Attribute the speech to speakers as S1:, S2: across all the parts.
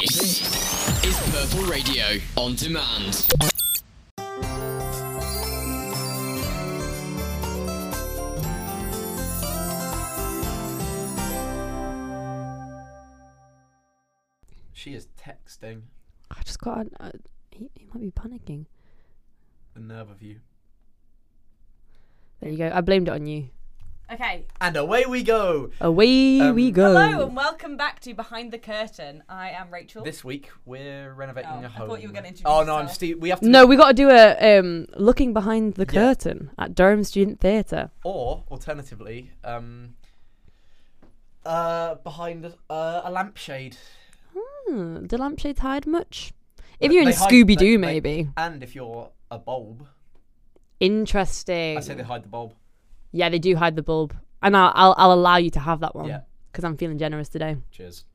S1: This is Purple Radio on demand.
S2: She is texting
S3: I just got. An, uh, he, he might be panicking.
S2: the nerve of you.
S3: There you go. I blamed it on you.
S4: Okay.
S2: And away we go.
S3: Away
S2: Um,
S3: we go.
S4: Hello and welcome back to Behind the Curtain. I am Rachel.
S2: This week we're renovating
S4: Oh,
S2: a
S4: I
S2: home.
S4: thought you were gonna introduce
S2: Oh no, I'm
S4: yourself.
S2: Steve. We have to.
S3: No, we got to do a um, looking behind the
S2: Yeah.
S3: curtain at Durham Student Theatre.
S2: Or alternatively, um, uh, behind a- uh, a lampshade.
S3: Hmm, do lampshades hide much? If
S2: They-
S3: you're in
S2: they hide-
S3: Scooby Doo,
S2: they- they-
S3: maybe.
S2: And if you're a bulb,
S3: Interesting.
S2: I say they hide the bulb.
S3: yeah, they do hide the bulb, and I'll I'll, I'll allow you to have that one.
S2: Yeah.
S3: Because I'm feeling generous today.
S2: Cheers.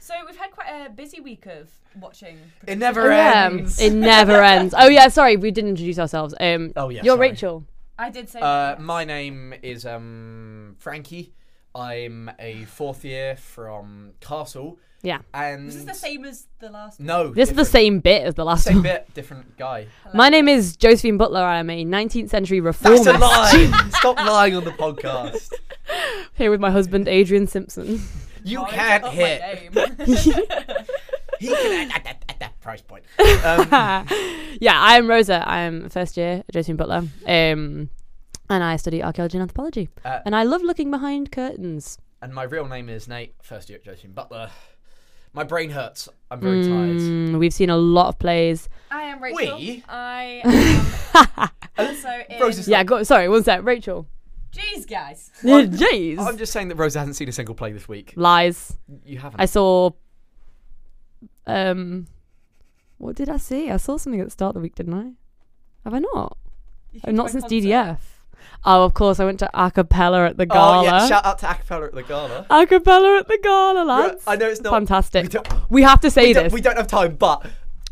S4: so we've had quite a busy week of watching.
S2: It
S4: production.
S2: never
S3: Oh, Yeah, um,
S2: ends.
S3: it never ends. Oh yeah, sorry, we didn't introduce ourselves. Um,
S2: Oh, yeah,
S3: you're
S2: sorry.
S3: Rachel.
S4: I did say.
S2: Uh,
S4: that, yes.
S2: my name is um, Frankie. I'm a fourth year from Castle.
S3: Yeah.
S2: And
S4: This is the same as the last.
S2: No,
S3: This is the
S2: different-
S3: same bit as the last
S2: Same
S3: one.
S2: bit, different guy.
S3: My name is Josephine Butler. I am a 19th century
S2: That's
S3: reformist.
S2: a lie. Stop lying on the podcast.
S3: Here with my husband Adrian Simpson.
S2: You
S4: Oh, I
S2: can't
S4: forgot
S2: hit.
S4: my name.
S2: He can at that, at that price point. Um,
S3: yeah, I am Rosa. I am first year Josephine Butler. Um, and I study archaeology and anthropology.
S2: Uh,
S3: and I love looking behind curtains.
S2: and my real name is Nate, first year at Josephine Butler. My brain hurts. I'm very tired.
S3: Mm, we've seen a lot of plays.
S4: I am Rachel.
S2: We?
S4: I am also in.
S2: Rose's-
S3: Yeah, go, sorry, one sec. Rachel.
S4: Jeez, guys.
S3: Jeez.
S2: I'm just saying that Rosa hasn't seen a single play this week.
S3: Lies.
S2: You haven't.
S3: I saw. Um, what did I see? I saw something at the start of the week, didn't I? Have I not?
S4: You
S3: Oh,
S4: can
S3: not
S4: join
S3: since
S4: concert.
S3: DDF. Oh, of course. I went to a cappella at the gala.
S2: oh yeah! Shout out to Acapella at the gala.
S3: a cappella at the gala,
S2: Ro-
S3: lads.
S2: I know it's not. We
S3: Fantastic.
S2: don't,
S3: We have to say
S2: we don't,
S3: this.
S2: we don't have time, but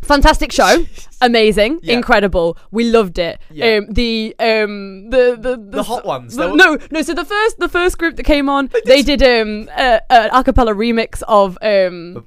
S3: Fantastic show. Amazing.
S2: Yeah.
S3: Incredible. We loved it.
S2: Yeah.
S3: Um, the um the the, the,
S2: the hot ones.
S3: the-
S2: they were-
S3: no, no. So the first, the first group that came on, they did, um a, a cappella remix of um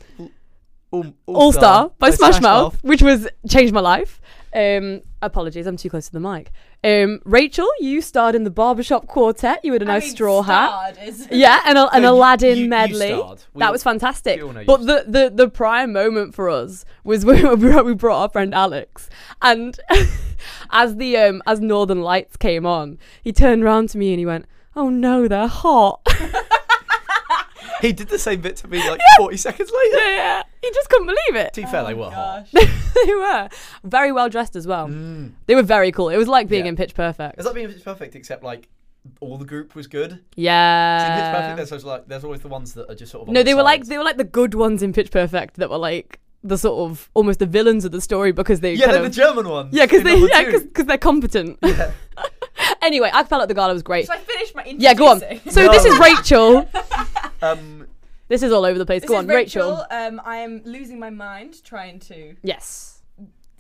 S2: All,
S3: All Star by Smash, Mouth, which was changed my life. Um, apologies, I'm too close to the mic. Um, Rachel, you starred in the barbershop quartet. You had a
S4: I
S3: nice
S4: mean,
S3: straw hat.
S4: starred Is,
S3: Yeah, and a, an
S2: you-
S3: Aladdin
S2: you- you
S3: medley.
S2: starred. We-
S3: that was fantastic.
S2: we all know you
S3: But the, the the prime moment for us was when we brought- we brought our friend Alex, and as the um as Northern Lights came on, he turned round to me and he went, "Oh no, they're hot."
S2: He did the same bit to me like 40 seconds later.
S3: yeah, Oh, yeah. He just couldn't believe it.
S2: To be fair, they were hot.
S4: Oh Gosh. It
S3: they were very well dressed as well. They were very cool. It was like being
S2: Mm. Yeah.
S3: in Pitch Perfect.
S2: It's like being Pitch Perfect, except like all the group was good. So in Pitch Perfect,
S3: yeah.
S2: there's always like there's always the ones that are just sort of. on
S3: Uh, No,
S2: the
S3: they were like
S2: sides.
S3: they were like the good ones in Pitch Perfect that were like the sort of almost the villains of the story because they
S2: yeah,
S3: kind
S2: they're
S3: of,
S2: the German ones.
S3: Yeah, because
S2: in
S3: they
S2: number
S3: yeah,
S2: two.
S3: cause, 'cause they're competent. anyway, I felt like the gala was great.
S4: Should I finish my introducing?
S3: Yeah, go on. So this is
S2: No.
S3: Rachel.
S2: um,
S3: This is all over the place.
S4: This
S3: go
S4: is
S3: on, Rachel.
S4: Um, I am losing my mind trying to
S3: Yes.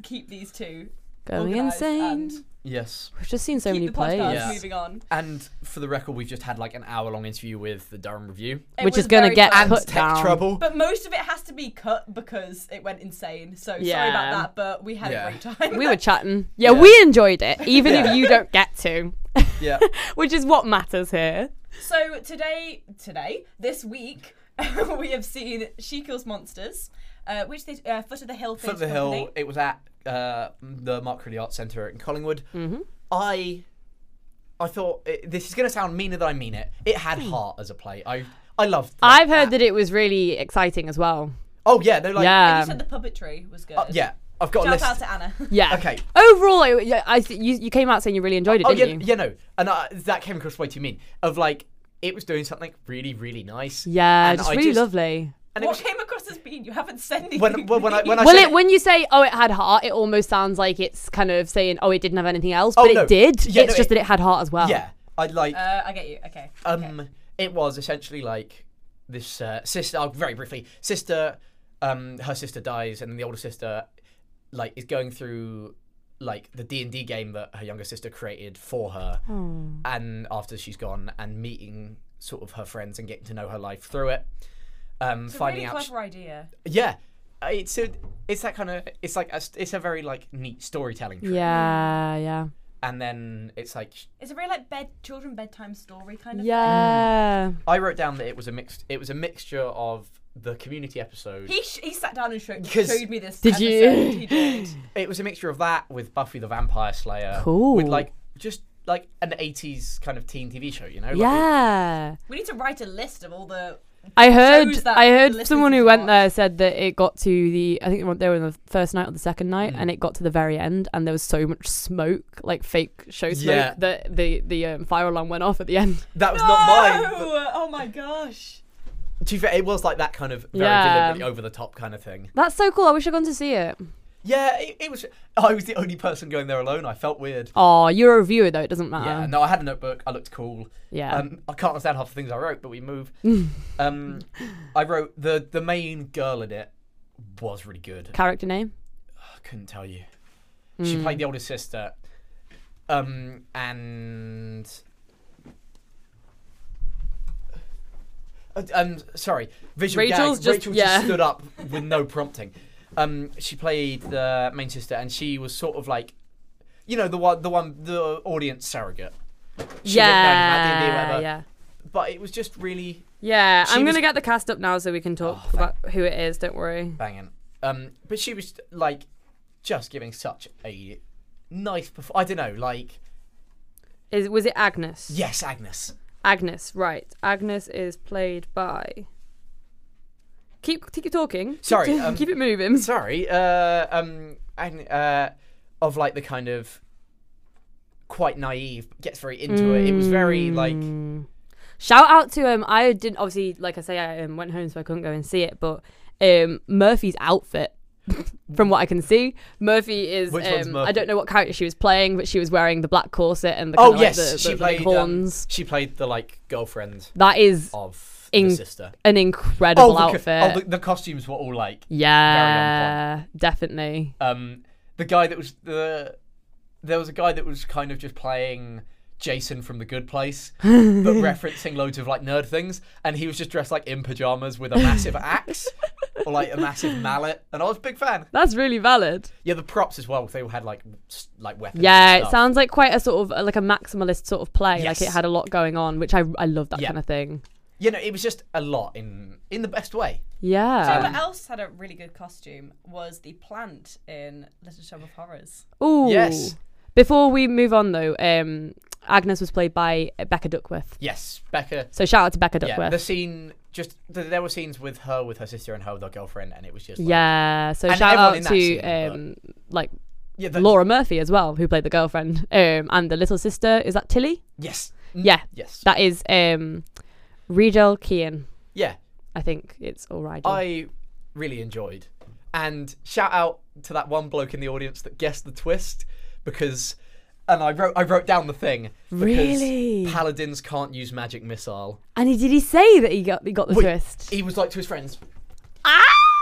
S4: keep these two
S3: Going
S4: organised
S3: insane.
S4: and
S2: yes,
S3: We've just seen so
S4: keep
S3: many
S4: the podcast
S3: plays.
S2: Yeah.
S4: moving on.
S2: and for the record, we've just had like an hour long interview with the Durham Review
S4: It
S3: Which
S4: was
S3: is gonna
S4: very
S3: get
S4: fun.
S2: and
S3: Cut
S2: Tech
S3: down.
S2: Trouble.
S4: But most of it has to be cut because it went insane. So sorry
S3: Yeah.
S4: about that, but we had
S2: Yeah.
S4: a great time.
S3: We were chatting. Yeah,
S2: Yeah.
S3: we enjoyed it, even
S2: Yeah.
S3: if you don't get to,
S2: yeah,
S3: which is what matters here.
S4: so today, today, this week, we have seen She Kills Monsters, uh, which the uh, Foot of the Hill.
S2: foot of
S4: Theatre
S2: the hill.
S4: Company.
S2: It was at uh, the Mark Crilly Arts Centre in Collingwood.
S3: Mhm.
S2: I, I thought it, this is going to sound meaner than I mean it. It had heart as a play. I, I loved.
S3: Hmm. I've heard that it was really exciting as well.
S2: Oh yeah, they're like
S4: And you
S3: yeah.
S4: said the puppetry was good.
S2: uh, yeah. I've got a
S4: Shout
S2: list.
S4: out to Anna.
S3: Yeah.
S2: Okay.
S3: Overall, I, yeah, I th- you, you came out saying you really enjoyed it,
S2: Oh yeah,
S3: didn't you?
S2: yeah, no, and uh, that came across way too mean. Of like, it was doing something really, really nice.
S3: Yeah,
S2: And
S3: just
S2: I
S3: really
S2: just-
S3: lovely.
S2: And it
S4: what
S2: was,
S4: came across as being you haven't said anything.
S2: when, when, when I when I
S3: Well,
S2: said
S3: it, when you say "oh, it had heart," it almost sounds like it's kind of saying "oh, it didn't have anything else,"
S2: Oh,
S3: but
S2: no.
S3: it did.
S2: Yeah,
S3: it's
S2: no,
S3: just
S2: it-
S3: that it had heart as well.
S2: yeah, I like
S4: Uh, I get you. Okay.
S2: um,
S4: okay.
S2: it was essentially like this uh, sister. Oh, very briefly, sister. Um, her sister dies, and then the older sister, like, is going through like the D and D game that her younger sister created for her,
S4: Hmm.
S2: and after she's gone, and meeting sort of her friends and getting to know her life through it. Um,
S4: It's a
S2: finding
S4: really
S2: out,
S4: clever idea.
S2: yeah, uh, it's a, it's that kind of it's like a, st- it's a very like neat storytelling trope.
S3: Yeah, yeah,
S2: and then it's like
S4: It's a very like bed children bedtime story
S2: Mm.
S4: kind of.
S3: yeah.
S2: I wrote down that it was a mixed it was a mixture of the community episode.
S4: He sh- he sat down and showed,
S2: Because-
S4: showed me this.
S3: Did you?
S4: episode, He did.
S2: It was a mixture of that with Buffy the Vampire Slayer.
S3: Cool.
S2: With like just like an 80s kind of teen TV show, you know? Like,
S3: Yeah,
S4: We need to write a list of all the.
S3: I heard.
S4: that
S3: I
S4: the
S3: heard
S4: listeners
S3: someone
S4: have
S3: who went
S4: watched.
S3: there said that it got to the. I think they were- they were on the first night or the second night,
S2: Mm.
S3: and it got to the very end, and there was so much smoke, like fake show smoke,
S2: Yeah.
S3: that the the um, fire alarm went off at the end.
S2: that was not mine. but-
S4: No! Oh my gosh.
S2: To be fair, it was like that kind of very
S3: Yeah.
S2: deliberately over the top kind of thing.
S3: That's so cool. I wish I'd gone to see it.
S2: Yeah, it, it was. I was the only person going there alone. I felt weird.
S3: Oh, you're a reviewer though. It doesn't
S2: Yeah,
S3: matter.
S2: no, I had a notebook. I looked cool.
S3: Uh-uh. Yeah.
S2: Um, I can't understand half the things I wrote, but we move. um, I wrote the the main girl in it was really good.
S3: Character name.
S2: I couldn't tell you. She played
S3: Hmm.
S2: the older sister. Um, and. Uh, Um, sorry, visual
S3: Rachel's
S2: gag.
S3: just-
S2: Rachel
S3: yeah.
S2: just stood up with no prompting. Um, she played the main sister, and she was sort of like, you know, the one, the one, the audience surrogate. She looked down at D&D,
S3: yeah,
S2: whatever.
S3: yeah.
S2: But it was just really
S3: Yeah,
S2: She
S3: I'm
S2: was-
S3: gonna get the cast up now so we can talk
S2: Oh, thank-
S3: about who it is. Don't worry.
S2: banging. Um, but she was like, just giving such a nice. Perf- I don't know, like
S3: Is was it Agnes?
S2: yes, Agnes.
S3: Agnes, right? Agnes is played by. Keep keep talking. Keep
S2: Sorry,
S3: doing-
S2: um,
S3: keep it moving.
S2: sorry uh um and uh of like the kind of quite naive but gets very into it it was very
S3: Mm.
S2: like
S3: Shout out to um, I didn't obviously like I say I um, went home so I couldn't go and see it, but um Murphy's outfit. From what I can see, Murphy is.
S2: Which one's
S3: um, I
S2: Murphy?
S3: don't know what character she was playing, but she was wearing the black corset and the
S2: oh
S3: kinda,
S2: yes
S3: like, the,
S2: she
S3: the- the
S2: played um,
S3: horns.
S2: she played the like girlfriend
S3: that is
S2: of
S3: In-
S2: the sister
S3: an incredible
S2: the, co-
S3: outfit.
S2: oh the, the costumes were all like
S3: yeah, definitely.
S2: um the guy that was the there was a guy that was kind of just playing Jason from The Good Place, but referencing loads of like nerd things, and he was just dressed like in pajamas with a massive axe or like a massive mallet, and I was a big fan.
S3: That's really valid.
S2: Yeah, the props as well. They all had like s- like weapons.
S3: Yeah,
S2: and
S3: it
S2: stuff.
S3: sounds like quite a sort of like a maximalist sort of play.
S2: Yes.
S3: Like it had a lot going on, which I I love that
S2: Yeah.
S3: kind of thing.
S2: You know, it was just a lot in in the best way.
S4: You know
S3: Yeah.
S4: what else had a really good costume was the plant in Little Shop of Horrors.
S3: Ooh.
S2: uh, Yes.
S3: Before we move on though, um, Agnes was played by Becca Duckworth.
S2: Yes, Becca.
S3: So shout out to Becca
S2: Yeah,
S3: Duckworth.
S2: the scene just th- there were scenes with her, with her sister, and her with her girlfriend, and it was just like,
S3: Yeah, so
S2: And
S3: shout
S2: everyone
S3: out
S2: in
S3: to
S2: that scene, but-
S3: um, like
S2: yeah, the,
S3: Laura Murphy as well, who played the girlfriend, um, and the little sister. Is that Tilly?
S2: Yes,
S3: Yeah,
S2: yes,
S3: that is um, Rigel Kean.
S2: yeah.
S3: I think it's all right.
S2: I really enjoyed. And shout out to that one bloke in the audience that guessed the twist because and I wrote I wrote down the thing. because
S3: Really?
S2: Paladins can't use magic missile.
S3: and he, did he say that he got he got the
S2: Wait,
S3: twist?
S2: He was like to his friends,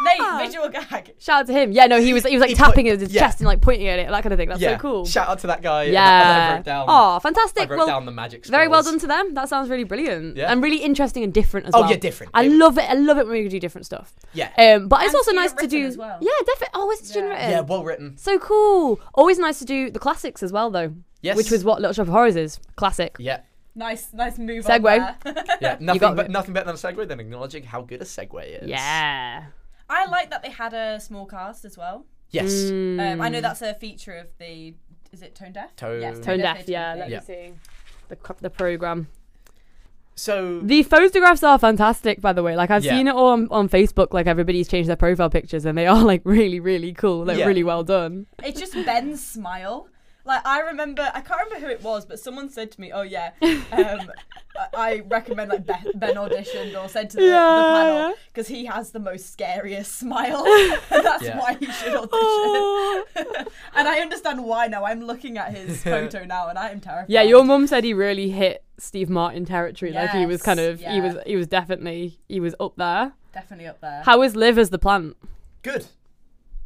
S4: Nate, visual gag.
S3: Shout out to him. Yeah, no, he was he was like
S2: He put-
S3: tapping at his
S2: yeah.
S3: chest and like pointing at it, that kind of thing. That's
S2: yeah,
S3: so cool.
S2: Shout out to that guy. and I, I
S3: yeah.
S2: wrote down
S3: oh,
S2: I
S3: fantastic.
S2: wrote
S3: Well,
S2: down the magic
S3: very well done
S2: spells.
S3: to them. That sounds really brilliant
S2: Yeah.
S3: and really interesting and different as
S2: Oh,
S3: well.
S2: yeah, different.
S3: I
S2: It-
S3: love it. I love it when we do different stuff.
S2: Yeah.
S3: Um, but it's
S4: And
S3: also nice to
S4: student
S3: do.
S4: written as well.
S3: Yeah, definitely. Oh, it's student
S4: Yeah.
S3: written.
S2: yeah, well written.
S3: So cool. Always nice to do the classics as well, though.
S2: Yes.
S3: Which was what Little Shop of Horrors is. Classic.
S2: Yeah.
S4: Nice, nice move.
S3: Segue.
S4: On there.
S2: Yeah. Nothing
S3: got
S2: but
S3: it.
S2: nothing better than a segue than acknowledging how good a segue is.
S3: Yeah.
S4: I like that they had a small cast as well.
S2: Yes.
S3: Mm.
S4: Um, I know that's a feature of the. Is it Tone Deaf?
S2: Tone-
S4: yes,
S2: Tone
S3: Tone
S4: Deaf
S3: deaf.
S4: they
S3: Yeah.
S4: did
S3: Let
S4: the-
S2: Yeah.
S3: me see the co- the program.
S2: So
S3: The photographs are fantastic, by the way. Like I've
S2: Yeah.
S3: seen it all on, on Facebook. Like everybody's changed their profile pictures, and they are like really, really cool. Like
S2: Yeah.
S3: really well done.
S4: It's just Ben's smile. Like I remember, I can't remember who it was, but someone said to me, "Oh yeah, um, I- I recommend like Be- Ben auditioned or said to the, the
S3: Yeah, yeah.
S4: panel because he has the most scariest smile. That's
S2: Yeah.
S4: why he should
S3: Oh.
S4: audition." and I understand why now. I'm looking at his photo now, and I am terrified.
S3: Yeah, your mum said he really hit Steve Martin territory. Like he was
S4: Yes,
S3: kind of he
S4: yeah.
S3: was he was definitely he was up there.
S4: definitely up there.
S3: How is Liv as the plant?
S2: good.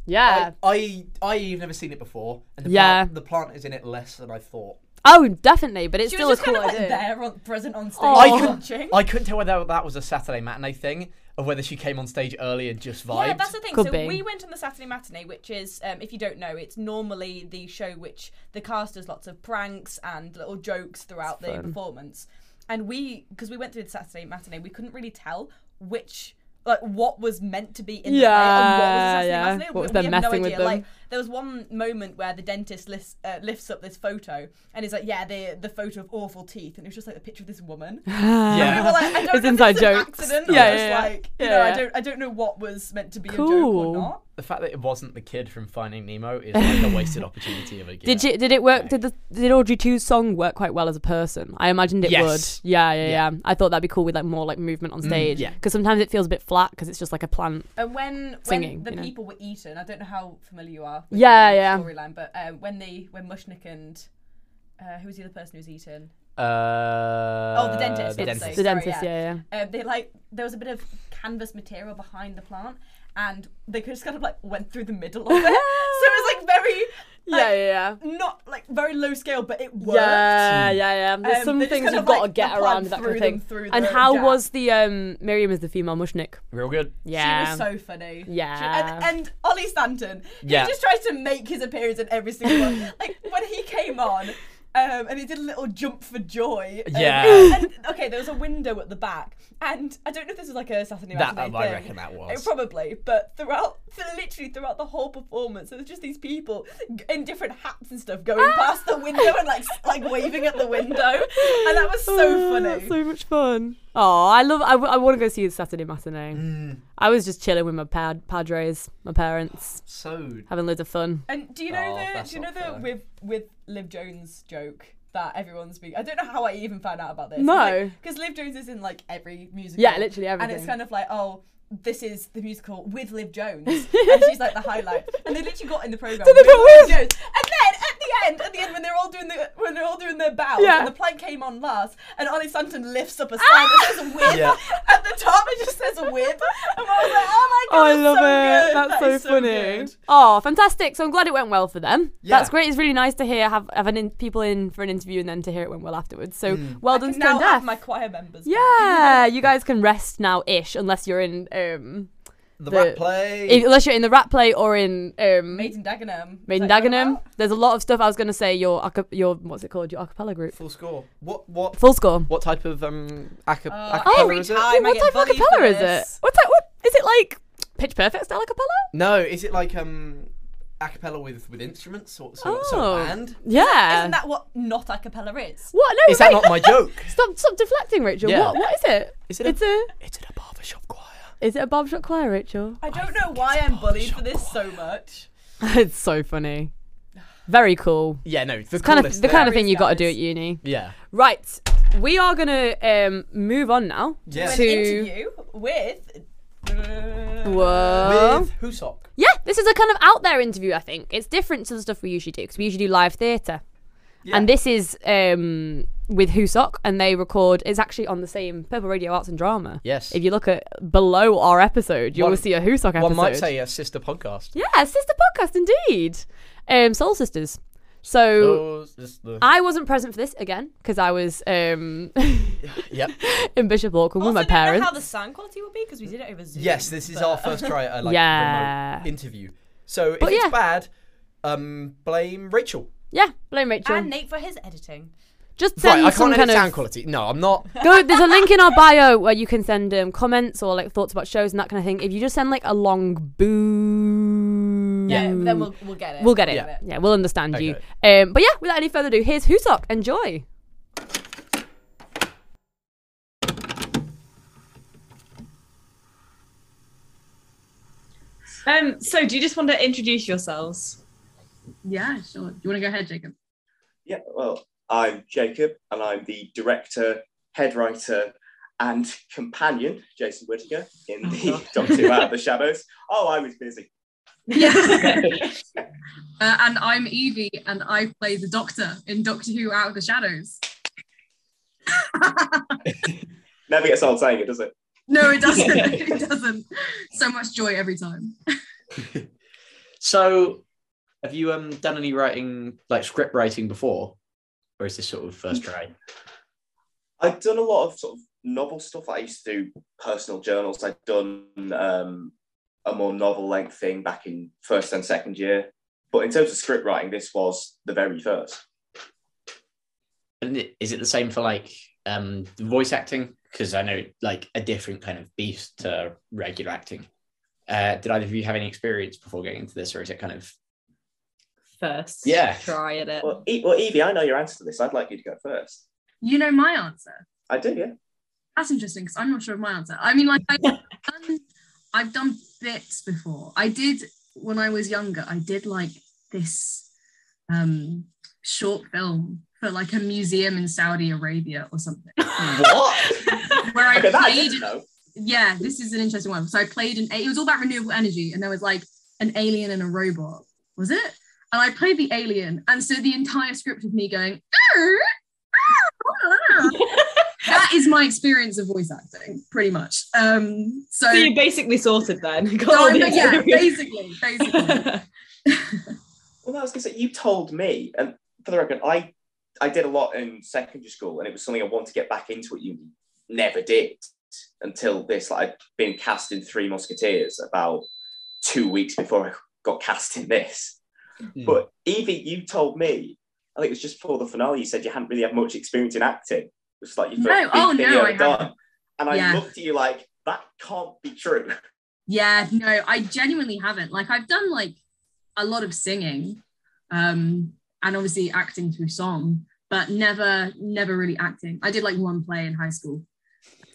S3: Yeah.
S2: I, I I've never seen it before, and the,
S3: Yeah.
S2: plant, the plant is in it less than I thought.
S3: oh, definitely. But it's
S4: she
S3: still a
S4: was just
S3: cool
S4: kind of like
S3: idea.
S4: there, on, present on stage,
S3: Aw. I
S2: couldn't-
S4: watching.
S2: I couldn't tell whether that was a Saturday matinee thing of whether she came on stage early and just vibed.
S4: Yeah, that's the thing.
S3: Could
S4: so
S3: be.
S4: we went on the Saturday matinee, which is, um, if you don't know, it's normally the show which the cast does lots of pranks and little jokes throughout the performance. And we, because we went through the Saturday matinee, we couldn't really tell which. Like what was meant to be in the play and what was a
S3: Yeah,
S4: Saturday
S3: yeah.
S4: matinee.
S3: What
S4: We-
S3: was them
S4: we have no
S3: messing with
S4: idea.
S3: them?
S4: Like there was one moment where the dentist lifts, uh, lifts up this photo and he's like, "Yeah, the the photo of awful teeth," and it was just like a picture of this woman.
S2: Yeah.
S4: We were like, I don't know if
S3: inside
S4: it's an
S3: jokes.
S4: accident or
S3: Yeah,
S4: just,
S3: yeah, yeah.
S4: like, you
S3: Yeah,
S4: know, I
S3: yeah.
S4: don't, I don't know what was meant to be a joke
S3: Cool.
S4: or not.
S2: the fact that it wasn't the kid from Finding Nemo is like a wasted opportunity of a
S3: Did
S2: gig.
S3: you, did it work? Did the did Audrey 2's song work quite well as a person? I imagined it
S2: Yes.
S3: would. Yeah, yeah, yeah,
S2: Yeah. Mm,
S3: I thought that'd be cool with like more like movement on stage.
S2: yeah.
S3: Because sometimes it feels a bit flat because it's just like a plant.
S4: And when
S3: Singing,
S4: when the
S3: you know.
S4: people were eaten, I don't know how familiar you are. With
S3: Yeah,
S4: the
S3: yeah.
S4: Storyline, but um, when they when Mushnik and uh, who was the other person who was eaten?
S2: Uh,
S4: Oh, the dentist,
S2: The
S4: obviously.
S2: dentist.
S3: The
S4: Sorry,
S3: dentist,
S4: yeah.
S3: yeah, yeah.
S4: Uh, they like there was a bit of canvas material behind the plant, and they just kind of like went through the middle of it. so it was like very
S3: Yeah, yeah,
S4: not like very low scale, but it
S3: yeah.
S4: worked.
S3: Yeah, yeah, yeah. There's
S4: Um,
S3: some
S4: they just
S3: things
S4: kind
S3: you've
S4: of,
S3: got to
S4: like,
S3: get
S4: the
S3: around with that
S4: plant
S3: kind
S4: threw
S3: of
S4: them
S3: thing.
S4: through
S3: And
S4: the
S3: how
S4: gap.
S3: was the um Miriam is the female mushnik?
S2: Real good.
S3: Yeah.
S4: She was so funny. She-
S3: Yeah.
S4: and, and Ollie Stanton,
S2: Yeah.
S4: he just tries to make his appearance in every single one. like when he came on, um, and he did a little jump for joy. um,
S2: Yeah.
S4: and, okay, there was a window at the back, and I don't know if this was like a Saturday
S2: That-
S4: matinee
S2: I
S4: thing.
S2: reckon that was.
S4: Uh, probably, but throughout, literally throughout the whole performance, there was just these people g- in different hats and stuff going past the window and like s- like waving at the window, and that was so
S3: Oh,
S4: funny.
S3: that's so much fun. Oh, I love. I, want to go see the Saturday matinee.
S4: Mm.
S3: I was just chilling with my pad, padres, my parents,
S2: So
S3: having loads of fun.
S4: And do you know
S2: Oh,
S4: the
S2: that's
S4: do you know
S2: not
S4: the
S2: fair.
S4: with with Liv Jones joke that everyone's been I don't know how I even found out about this.
S3: No.
S4: because Liv Jones is in like every musical.
S3: Yeah, literally
S4: And it's
S3: everything.
S4: kind of like oh. This is the musical with Liv Jones, and she's like the highlight. And they literally got in the program.
S3: they put
S4: Liv
S3: Liv?
S4: Jones, and then at the end, at the end when they're all doing the when they're all doing their bows,
S3: Yeah.
S4: and the plank came on last, and Ollie Stanton lifts up a sign that says "With"
S2: Yeah.
S4: at the top. It just says "With," and I was like, "Oh my god,
S3: Oh, I
S4: that's
S3: love
S4: so
S3: it.
S4: good.
S3: That's
S4: That
S3: so,
S4: is
S3: funny.
S4: good.
S3: Oh, fantastic. So I'm glad it went well for them.
S2: Yeah.
S3: That's great. It's really nice to hear have have an in, people in for an interview and then to hear it went well afterwards. So well
S4: Mm. I
S3: done
S4: can
S3: to
S4: now
S3: Stone
S4: have
S3: Deaf.
S4: my choir members. back.
S3: yeah, you guys can rest now ish unless you're in um
S2: the,
S3: The-
S2: rap play.
S3: if- unless you're in the rat play or in um
S4: Maiden Dagenham. Is
S3: Maiden
S4: that what
S3: Dagenham.
S4: about?
S3: There's a lot of stuff I was going to say your aca- your what's it called? Your a cappella group.
S2: Full score. What what
S3: Full score. Oh,
S2: what type of um aca-
S4: Uh,
S2: acapella
S4: every
S2: is it?
S4: time I
S3: what
S4: get
S3: type of
S4: bullied
S3: acapella
S4: for
S3: is it?
S4: this.
S3: What type what is it like pitch perfect style acapella?
S2: No, is it like um acapella with with instruments? So, so, so
S3: Oh.
S2: a band?
S3: Yeah.
S4: Isn't that what not a cappella is?
S3: what? No,
S2: Is that
S3: wait.
S2: not my joke?
S3: Stop, stop deflecting, Rachel.
S2: Yeah.
S3: What, what is it?
S2: Is it a-
S3: It's a.
S2: It's in a barbershop choir.
S3: Is it a barbershop choir, Rachel?
S4: I don't know why I'm bullied for this so much.
S3: it's so funny. Very cool.
S2: Yeah, no, the
S3: Kind of the kind of
S4: there.
S3: thing you got to
S4: Guys.
S3: do at uni.
S2: yeah.
S3: Right, we are gonna um, move on now.
S2: Yeah.
S4: An
S3: To-
S4: interview with.
S3: Whoa.
S2: With Husok.
S3: Yeah, this is a kind of out there interview. I think it's different to the stuff we usually do because we usually do live theatre, and this is um, with Husok, and they record. It's actually on the same Purple Radio Arts and Drama.
S2: Yes.
S3: If you look at below our episode, you
S2: One-
S3: will see a Husok episode.
S2: One might say a sister podcast.
S3: Yeah, sister podcast indeed. Um, Soul Sisters. So
S2: Those is the-
S3: I wasn't present for this again because I was um,
S2: yep.
S3: in Bishop Auckland with my
S4: Also, don't know
S3: parents.
S4: how the sound quality will be because we did it over Zoom.
S2: Yes, this is
S4: but-
S2: our first try at a like
S3: Yeah.
S2: remote interview. So if
S3: But
S2: it's
S3: yeah.
S2: bad, um, blame Rachel.
S3: yeah, blame Rachel.
S4: And Nate for his editing.
S3: Just send
S2: right, I
S3: some
S2: can't
S3: kind
S2: edit
S3: of
S2: sound quality. No, I'm not.
S3: go. There's a link in our bio where you can send um, comments or like thoughts about shows and that kind of thing. If you just send like a long boo,
S4: Yeah. Then we'll, we'll get it.
S3: we'll get it. Yeah,
S4: Yeah.
S3: we'll understand you. Um, but yeah, without any further ado, here's Husok. Enjoy.
S5: Um, so do you just want to introduce yourselves?
S6: Yeah, sure. Do you want to go ahead, Jacob?
S7: Yeah, well, I'm Jacob, and I'm the director, head writer, and companion, Jason Whittaker, in the Doctor Who Out of the Shadows. Oh, I was busy.
S6: Yeah. uh, and I'm Evie, and I play the Doctor in Doctor Who Out of the Shadows.
S7: Never gets old saying it, does it?
S6: No, it doesn't. it doesn't. So much joy every time.
S8: So, have you um done any writing, like script writing, before, or is this sort of first try?
S7: I've done a lot of sort of novel stuff. I used to do personal journals. I'd done um, a more novel length thing back in first and second year. But in terms of script writing, this was the very first.
S8: And i- is it the same for like um voice acting? Because I know like a different kind of beast to regular acting. Uh, did either of you have any experience before getting into this, or is it kind of
S5: First,
S8: Yeah.
S5: try at it.
S7: Well, e- well, Evie, I know your answer to this. I'd like you to go first.
S6: You know my answer.
S7: I do, yeah.
S6: That's interesting because I'm not sure of my answer. I mean, like I've done, I've done bits before. I did when I was younger. I did like this um, short film for like a museum in Saudi Arabia or something,
S8: what?
S6: where I
S7: Okay, that I
S6: played.
S7: didn't know.
S6: Yeah, this is an interesting one. So I played an. It was all about renewable energy, and there was like an alien and a robot. Was it? And I played the alien, and so the entire script of me going. "Arr, arr, arr." that is my experience of voice acting, pretty much. Um, so,
S5: So you basically sorted then. Got
S6: so
S5: all
S6: I'm-
S5: the
S6: yeah,
S5: experience.
S6: basically, basically.
S7: Well, I was going to say, you told me, and for the record, I, I did a lot in secondary school, and it was something I wanted to get back into at uni. Never did until this. Like, I'd been cast in Three Musketeers about two weeks before I got cast in this.
S2: Mm. Hmm.
S7: But Evie, you told me, I think it was just before the finale, you said you hadn't really had much experience in acting. It was like your
S6: No,
S7: first big
S6: oh,
S7: thing
S6: no,
S7: you
S6: I
S7: ever done.
S6: haven't.
S7: And I
S6: Yeah.
S7: looked at you like, that can't be true.
S6: Yeah, no, I genuinely haven't. Like I've done like a lot of singing, um, and obviously acting through song, but never, never really acting. I did like one play in high school.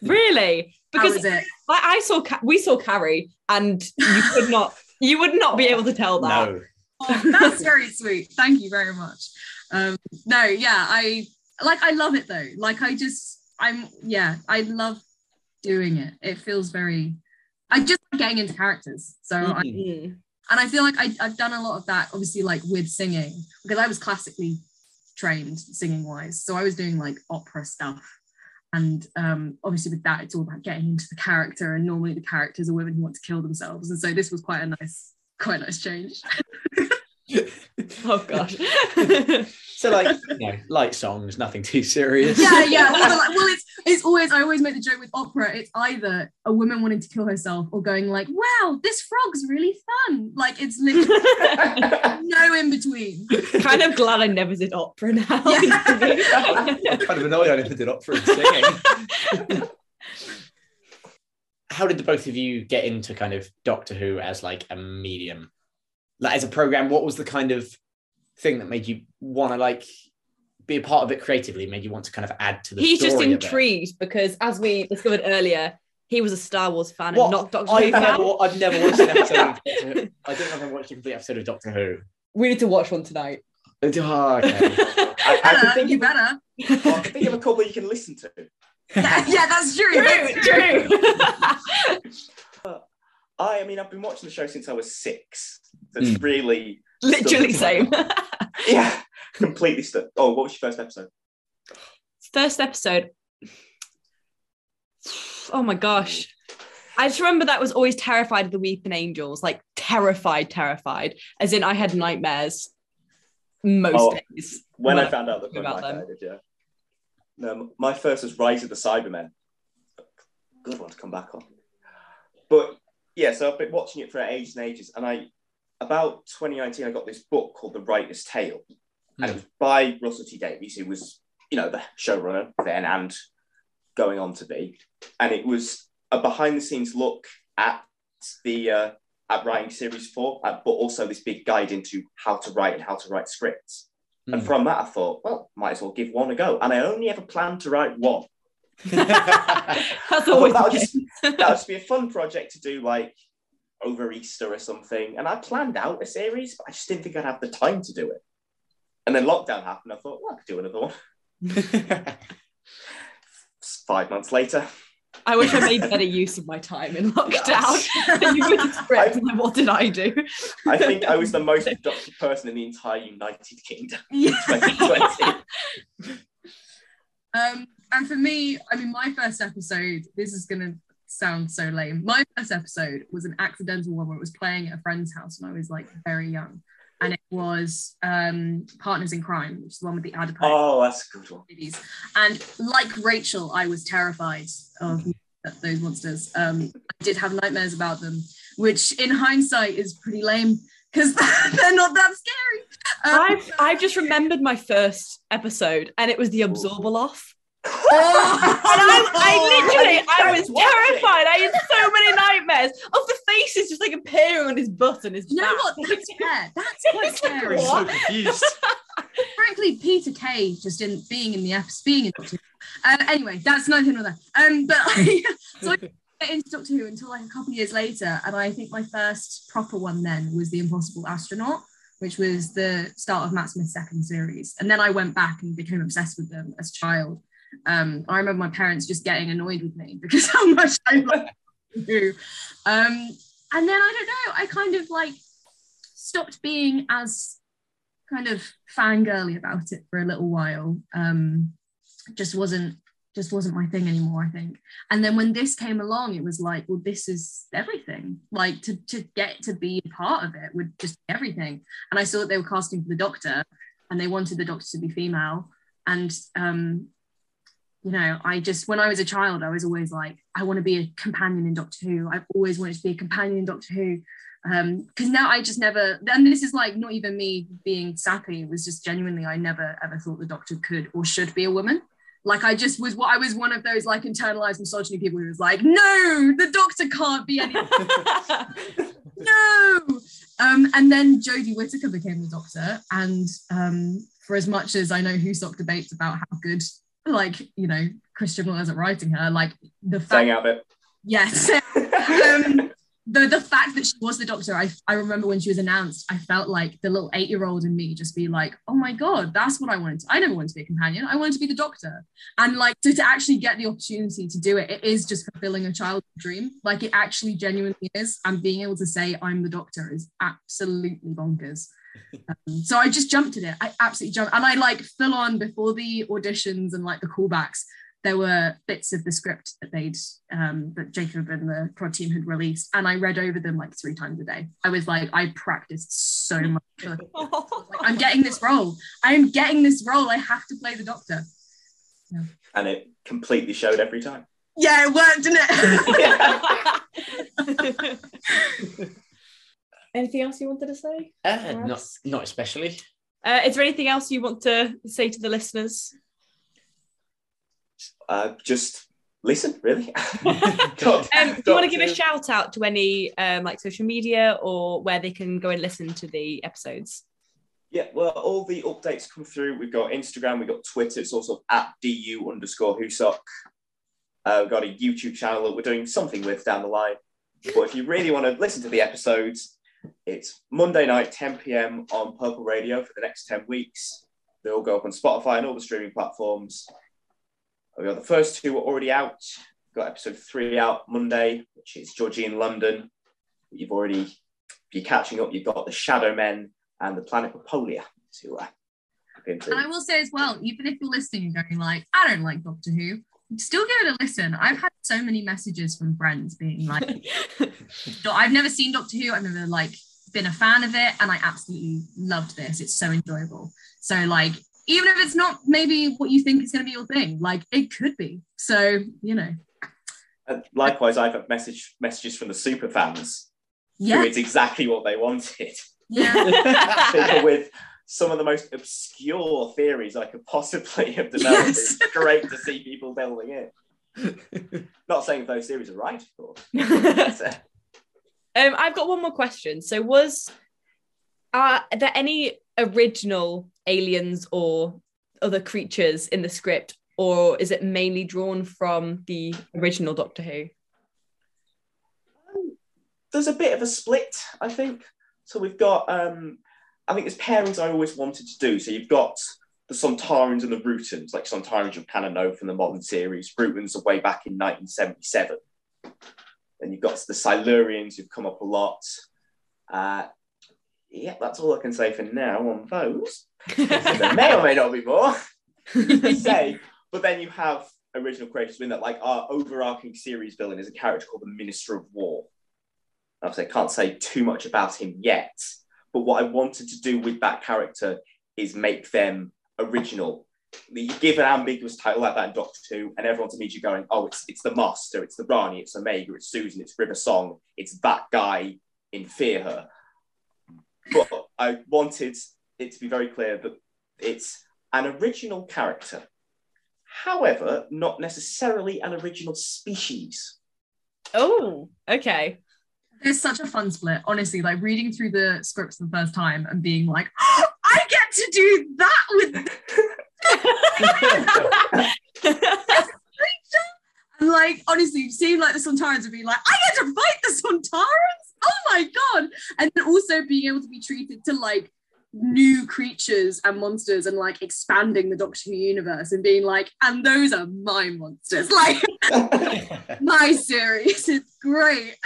S5: Really?
S6: Because
S5: Because
S6: that was it.
S5: like, I saw, Ca- we saw Carrie, and you could not, you would not be able to tell that.
S8: no.
S6: Oh, that's very sweet. Thank you very much. Um, no, yeah, I like I love it though. Like I just I'm yeah, I love doing it. It feels very I just like getting into characters. So I
S5: Mm.
S6: and I feel like I, I've done a lot of that, obviously, like with singing, because I was classically trained singing wise. So I was doing like opera stuff. And um, obviously, with that, it's all about getting into the character. And normally, the characters are women who want to kill themselves. And so this was quite a nice, quite a nice change.
S5: Oh gosh.
S8: So like, you know, light songs, nothing too serious.
S6: yeah, yeah. Well, like, well, it's it's always I always make the joke with opera. It's either a woman wanting to kill herself or going like, "Wow, this frog's really fun." Like it's literally no in between.
S5: kind of glad I never did opera now.
S6: Yeah.
S8: kind of annoyed I never did up for singing. How did the both of you get into kind of Doctor Who as like a medium, like as a program? What was the kind of thing that made you want to like be a part of it creatively? Made you want to kind of add to the.
S5: He's just
S8: story of it?
S5: intrigued because, as we discovered earlier, he was a Star Wars fan
S8: What?
S5: and not Doctor Who
S8: I've
S5: fan.
S8: never, I've never watched an episode. Of Doctor Who. I don't know if I've watched a complete episode of Doctor Who.
S5: We need to watch one tonight.
S8: Ah, okay.
S7: I, I can
S6: Better,
S7: think
S6: you
S7: of,
S6: better.
S7: I can think of a couple you can listen to.
S6: Yeah, yeah, that's true. That's true.
S7: I, I mean, I've been watching the show since I was six. So it's really,
S5: Literally same.
S7: yeah, completely stuck. Oh, what was your first episode?
S5: First episode. Oh my gosh. I just remember that I was always terrified of the weeping angels, like terrified, terrified, as in I had nightmares most
S7: Oh.
S5: days.
S7: When I
S5: Well,
S7: found out that
S5: about
S7: Black
S5: them.
S7: Did, yeah. No, m- my first was Rise of the Cybermen. Good one to come back on. But yeah, so I've been watching it for ages and ages, and I about 2019 I got this book called The Writer's Tale, and
S5: Hmm.
S7: it was by Russell T Davies, who was you know the showrunner then and going on to be, and it was a behind the scenes look at the uh, at writing series four, uh, but also this big guide into how to write and how to write scripts. And
S8: Hmm.
S7: from that, I thought, well, might as well give one a go. And I only ever planned to write one.
S5: That's
S7: I
S8: Oh,
S5: always
S7: thought
S5: the
S7: that would
S5: case.
S7: just that would just be a fun project to do, like over Easter or something. And I planned out a series, but I just didn't think I'd have the time to do it. And then lockdown happened. I thought, well, I could do another one. Five months later,
S5: I wish I made better use of my time in lockdown. you were the script, and then what did I do?
S7: I think I was the most productive person in the entire United Kingdom.
S6: Yeah.
S7: 2020.
S6: Um, and for me, I mean, my first episode, this is going to sound so lame. My first episode was an accidental one where it was playing at a friend's house when I was like very young. and it was um, Partners in Crime, which is the one with the adipose
S7: Oh, that's a good one.
S6: ladies. And like Rachel, I was terrified of those monsters. Um, I did have nightmares about them, which in hindsight is pretty lame because they're not that scary. Um,
S5: I've, I've just remembered my first episode and it was the Absorbaloff. And I, I literally, Oh. I was terrified. I had so many nightmares of the faces just like appearing on his butt and his
S6: you know
S5: back.
S6: what? That's fair. That's quite
S5: It's like,
S6: scary.
S5: what?
S8: so confused.
S6: Frankly, Peter Kay just didn't being in the F being in Doctor Who. Um, anyway, that's another thing with that. Um, but I, so I didn't get into Doctor Who until like a couple of years later, and I think my first proper one then was The Impossible Astronaut, which was the start of Matt Smith's second series, and then I went back and became obsessed with them as a child. Um, I remember my parents just getting annoyed with me because how much I liked Doctor Who. Um, and then I don't know, I kind of like stopped being as kind of fangirly about it for a little while. Um, just wasn't just wasn't my thing anymore, I think. And then when this came along, it was like, well, this is everything. Like to to get to be a part of it would just be everything. And I saw that they were casting for the doctor and they wanted the doctor to be female. And um, you know, I just when I was a child, I was always like, I want to be a companion in Doctor Who. I've always wanted to be a companion in Doctor Who um because now i just never and this is like not even me being sappy it was just genuinely i never ever thought the doctor could or should be a woman like i just was what i was one of those like internalized misogyny people who was like no the doctor can't be any no um and then jodie whittaker became the doctor and um for as much as i know husock debates about how good like you know christian was at writing her like the fact
S7: Sang out a bit.
S6: yes um, the the fact that she was the doctor, I, I remember when she was announced, I felt like the little eight year old in me just be like, oh my god, that's what I wanted. To, I never wanted to be a companion. I wanted to be the doctor, and like to, to actually get the opportunity to do it, it is just fulfilling a child's dream. Like it actually genuinely is, and being able to say I'm the doctor is absolutely bonkers. Um, so I just jumped at it. I absolutely jumped, and I like full on before the auditions and like the callbacks there were bits of the script that they'd um, that Jacob and the prod team had released, and I read over them like three times a day. I was like, I practiced so much. Like, I'm getting this role. I am getting this role. I have to play the Doctor.
S7: And it completely showed every time.
S6: Yeah, it worked, didn't it?
S5: Anything else you wanted to say?
S8: Uh, not, not especially.
S5: Uh, is there anything else you want to say to the listeners?
S7: Uh, just listen, really.
S8: God.
S5: Um, do you want to give a shout out to any um, like social media or where they can go and listen to the episodes?
S7: Yeah, well, all the updates come through. We've got Instagram, we've got Twitter. It's also at du underscore husock. Uh, we've got a YouTube channel that we're doing something with down the line. But if you really want to listen to the episodes, it's Monday night, 10 p.m. on Purple Radio for the next 10 weeks. They all go up on Spotify and all the streaming platforms. We got the first two are already out. We've got episode three out Monday, which is Georgie in London. You've already, if you're catching up, you've got the Shadow Men and the planet Popolia to uh, look into.
S6: and I will say as well, even if you're listening and going like, I don't like Doctor Who, still give it a listen. I've had so many messages from friends being like, Do- I've never seen Doctor Who. I've never like been a fan of it, and I absolutely loved this. It's so enjoyable. So like, even if it's not maybe what you think is going to be your thing, like it could be. So you know,
S7: And likewise, I've had message messages from the super fans who
S6: yeah,
S7: it's exactly what they wanted.
S6: yeah.
S7: People with some of the most obscure theories I could possibly have developed.
S6: Yes.
S7: It's great to see people delving in. Not saying those theories are right, of course.
S5: um,
S7: It's, uh,
S5: I've got one more question. So, was Uh, are there any original aliens or other creatures in the script, or is it mainly drawn from the original Doctor Who?
S7: there's a bit of a split, I think. So we've got, um, I think there's pairings I always wanted to do. So you've got the Sontarans and the Rootans, like Sontarans you kind of know from the modern series. Rootans are way back in 1977. Then you've got the Silurians who've come up a lot. Uh, yeah, that's all I can say for now on those. there may or may not be more to say. But then you have original creators in that, like our overarching series villain is a character called the Minister of War. Obviously, I can't say too much about him yet, But what I wanted to do with that character is make them original. You give an ambiguous title like that in Doctor Who, and everyone's immediately going, "Oh, it's it's the Master, it's the Rani, it's Omega, it's Susan, it's River Song, it's that guy in Fear Her." But I wanted it to be very clear that it's an original character, however, not necessarily an original species.
S5: Oh, okay.
S6: It's such a fun split, honestly. Like reading through the scripts for the first time and being like, I get to do that with this creature. And like, honestly, seeing like the Sontarans and being like, I get to fight the Sontarans. Oh my god! And then also being able to be treated to like new creatures and monsters and like expanding the Doctor Who universe and being like, and those are my monsters. Like my series. It's great.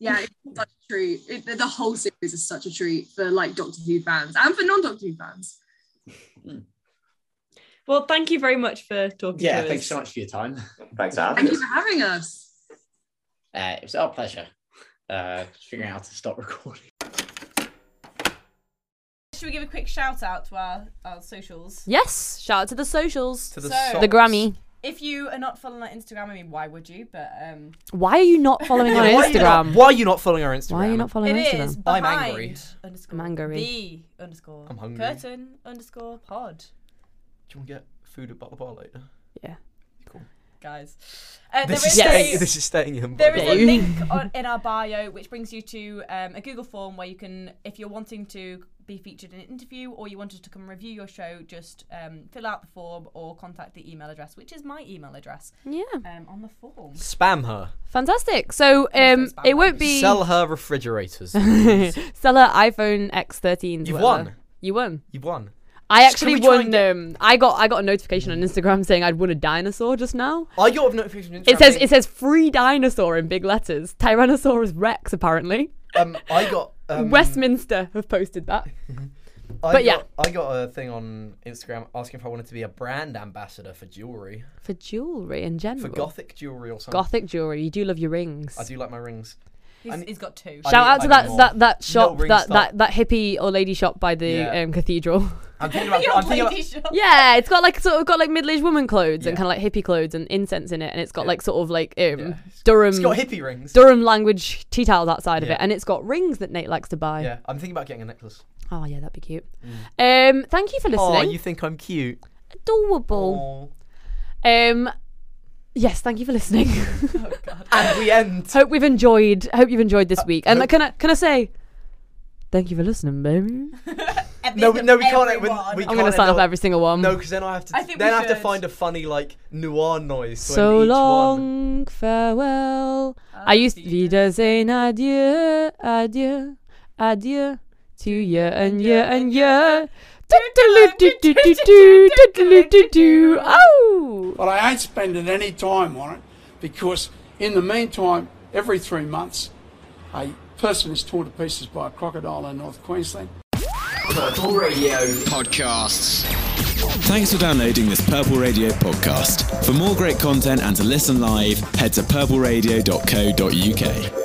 S6: Yeah, it's such a treat. It, the- the whole series is such a treat for like Doctor Who fans and for non-Doctor Who fans.
S5: Well, thank you very much for talking
S8: yeah,
S5: to us.
S8: thanks so much for your time.
S7: Thanks, Anne.
S6: Thank you for having us.
S8: Uh, it was our pleasure uh, figuring out how to stop recording.
S4: Should we give a quick shout out to our, our socials?
S3: Yes, shout out to the socials.
S2: To the,
S4: So-
S2: socks.
S3: the Grammy.
S4: If you are not following our Instagram, I mean, why would you? But um,
S3: Why are you not following
S2: Yeah, why
S3: on
S2: are you not-
S3: Instagram?
S2: Why are you not following our Instagram?
S3: Why are you not following
S4: it
S3: on Instagram?
S4: is behind
S2: I'm angry.
S4: Underscore
S3: I'm angry.
S4: The underscore
S2: I'm hungry.
S4: curtain underscore pod.
S2: Do you want to get food at Bottle Bar later?
S4: Guys,
S2: This
S4: uh, there
S2: is,
S4: is
S2: staying,
S4: a-
S2: this is staying in.
S4: There is
S2: Bottle
S4: a
S3: Hello.
S4: link on, in our bio which brings you to um, a Google form where you can, if you're wanting to be featured in an interview or you wanted to come and review your show, just um, fill out the form or contact the email address, which is my email address
S3: Yeah,
S4: um, on the form.
S2: Bar. Spam her.
S3: fantastic. So um,
S4: Spam
S3: it won't
S4: them.
S3: be
S2: Sell her refrigerators. please.
S3: sell her iPhone X13.
S2: You've
S3: whatever.
S2: won.
S3: You won.
S2: You've won.
S3: I
S2: Just- can
S3: actually
S2: we try and
S3: won. Um, I got I got a notification on Instagram saying I'd won a dinosaur just now.
S2: I got a notification. on Instagram
S3: It says
S2: saying,
S3: it says free dinosaur in big letters. Tyrannosaurus Rex apparently.
S2: Um, I got. Um,
S3: Westminster have posted that.
S2: I
S3: but
S2: got,
S3: yeah.
S2: I got a thing on Instagram asking if I wanted to be a brand ambassador for jewelry,
S3: For jewelry in general.
S2: for gothic jewelry or something.
S3: Gothic jewelry. You do love your rings.
S2: I do like my rings.
S4: He's,
S2: And-
S4: he's got two.
S2: I
S3: Shout
S2: need-
S3: out
S2: I
S3: to
S2: need
S3: that,
S2: more.
S3: that that shop,
S2: ring
S3: that,
S2: stop.
S3: that that hippie or lady shop by the
S2: Yeah.
S3: um, cathedral.
S2: I'm thinking about.
S4: Your
S2: I'm thinking
S4: lady
S2: about
S4: shop.
S3: yeah, it's got like sort of got like middle-aged woman clothes and
S2: Yeah.
S3: kind of like hippie clothes and incense in it, and it's got
S2: Yeah.
S3: like sort of like um,
S2: Yeah.
S3: Durham
S2: it's got hippie rings.
S3: Durham language tea towels outside of
S2: Yeah.
S3: it, and it's got rings that Nate likes to buy.
S2: Yeah, I'm thinking about getting a necklace.
S3: Oh yeah, that'd be cute. Um, thank you for
S2: Oh,
S3: listening.
S2: you think I'm cute?
S3: Adorable.
S2: Aw.
S3: Um, yes, thank you for listening.
S2: And we end.
S3: hope we've enjoyed. Hope you've enjoyed
S2: Uh,
S3: this week. And like, can I can I say, thank you for listening, baby.
S4: At the
S2: No,
S4: end of
S2: no, we can't. We,
S4: everyone.
S2: we
S3: I'm gonna
S2: can't
S3: sign
S2: end
S3: off
S2: on-
S3: every single one.
S2: No, because then I have to.
S4: I think we
S2: then I have to
S4: should.
S2: find a funny like noir noise. to
S3: So
S2: end each One.
S3: long, farewell. I used Wiedersehen, adieu, adieu, adieu to you and you and you. Do-do-do-do-do-do, do-do-do-do-do. Oh!
S9: But I ain't spending any time on it because, in the meantime, every three months, a person is torn to pieces by a crocodile in North Queensland.
S1: Purple Radio podcasts.
S10: Thanks for downloading this Purple Radio podcast. For more great content and to listen live, head to purpleradio.co.uk.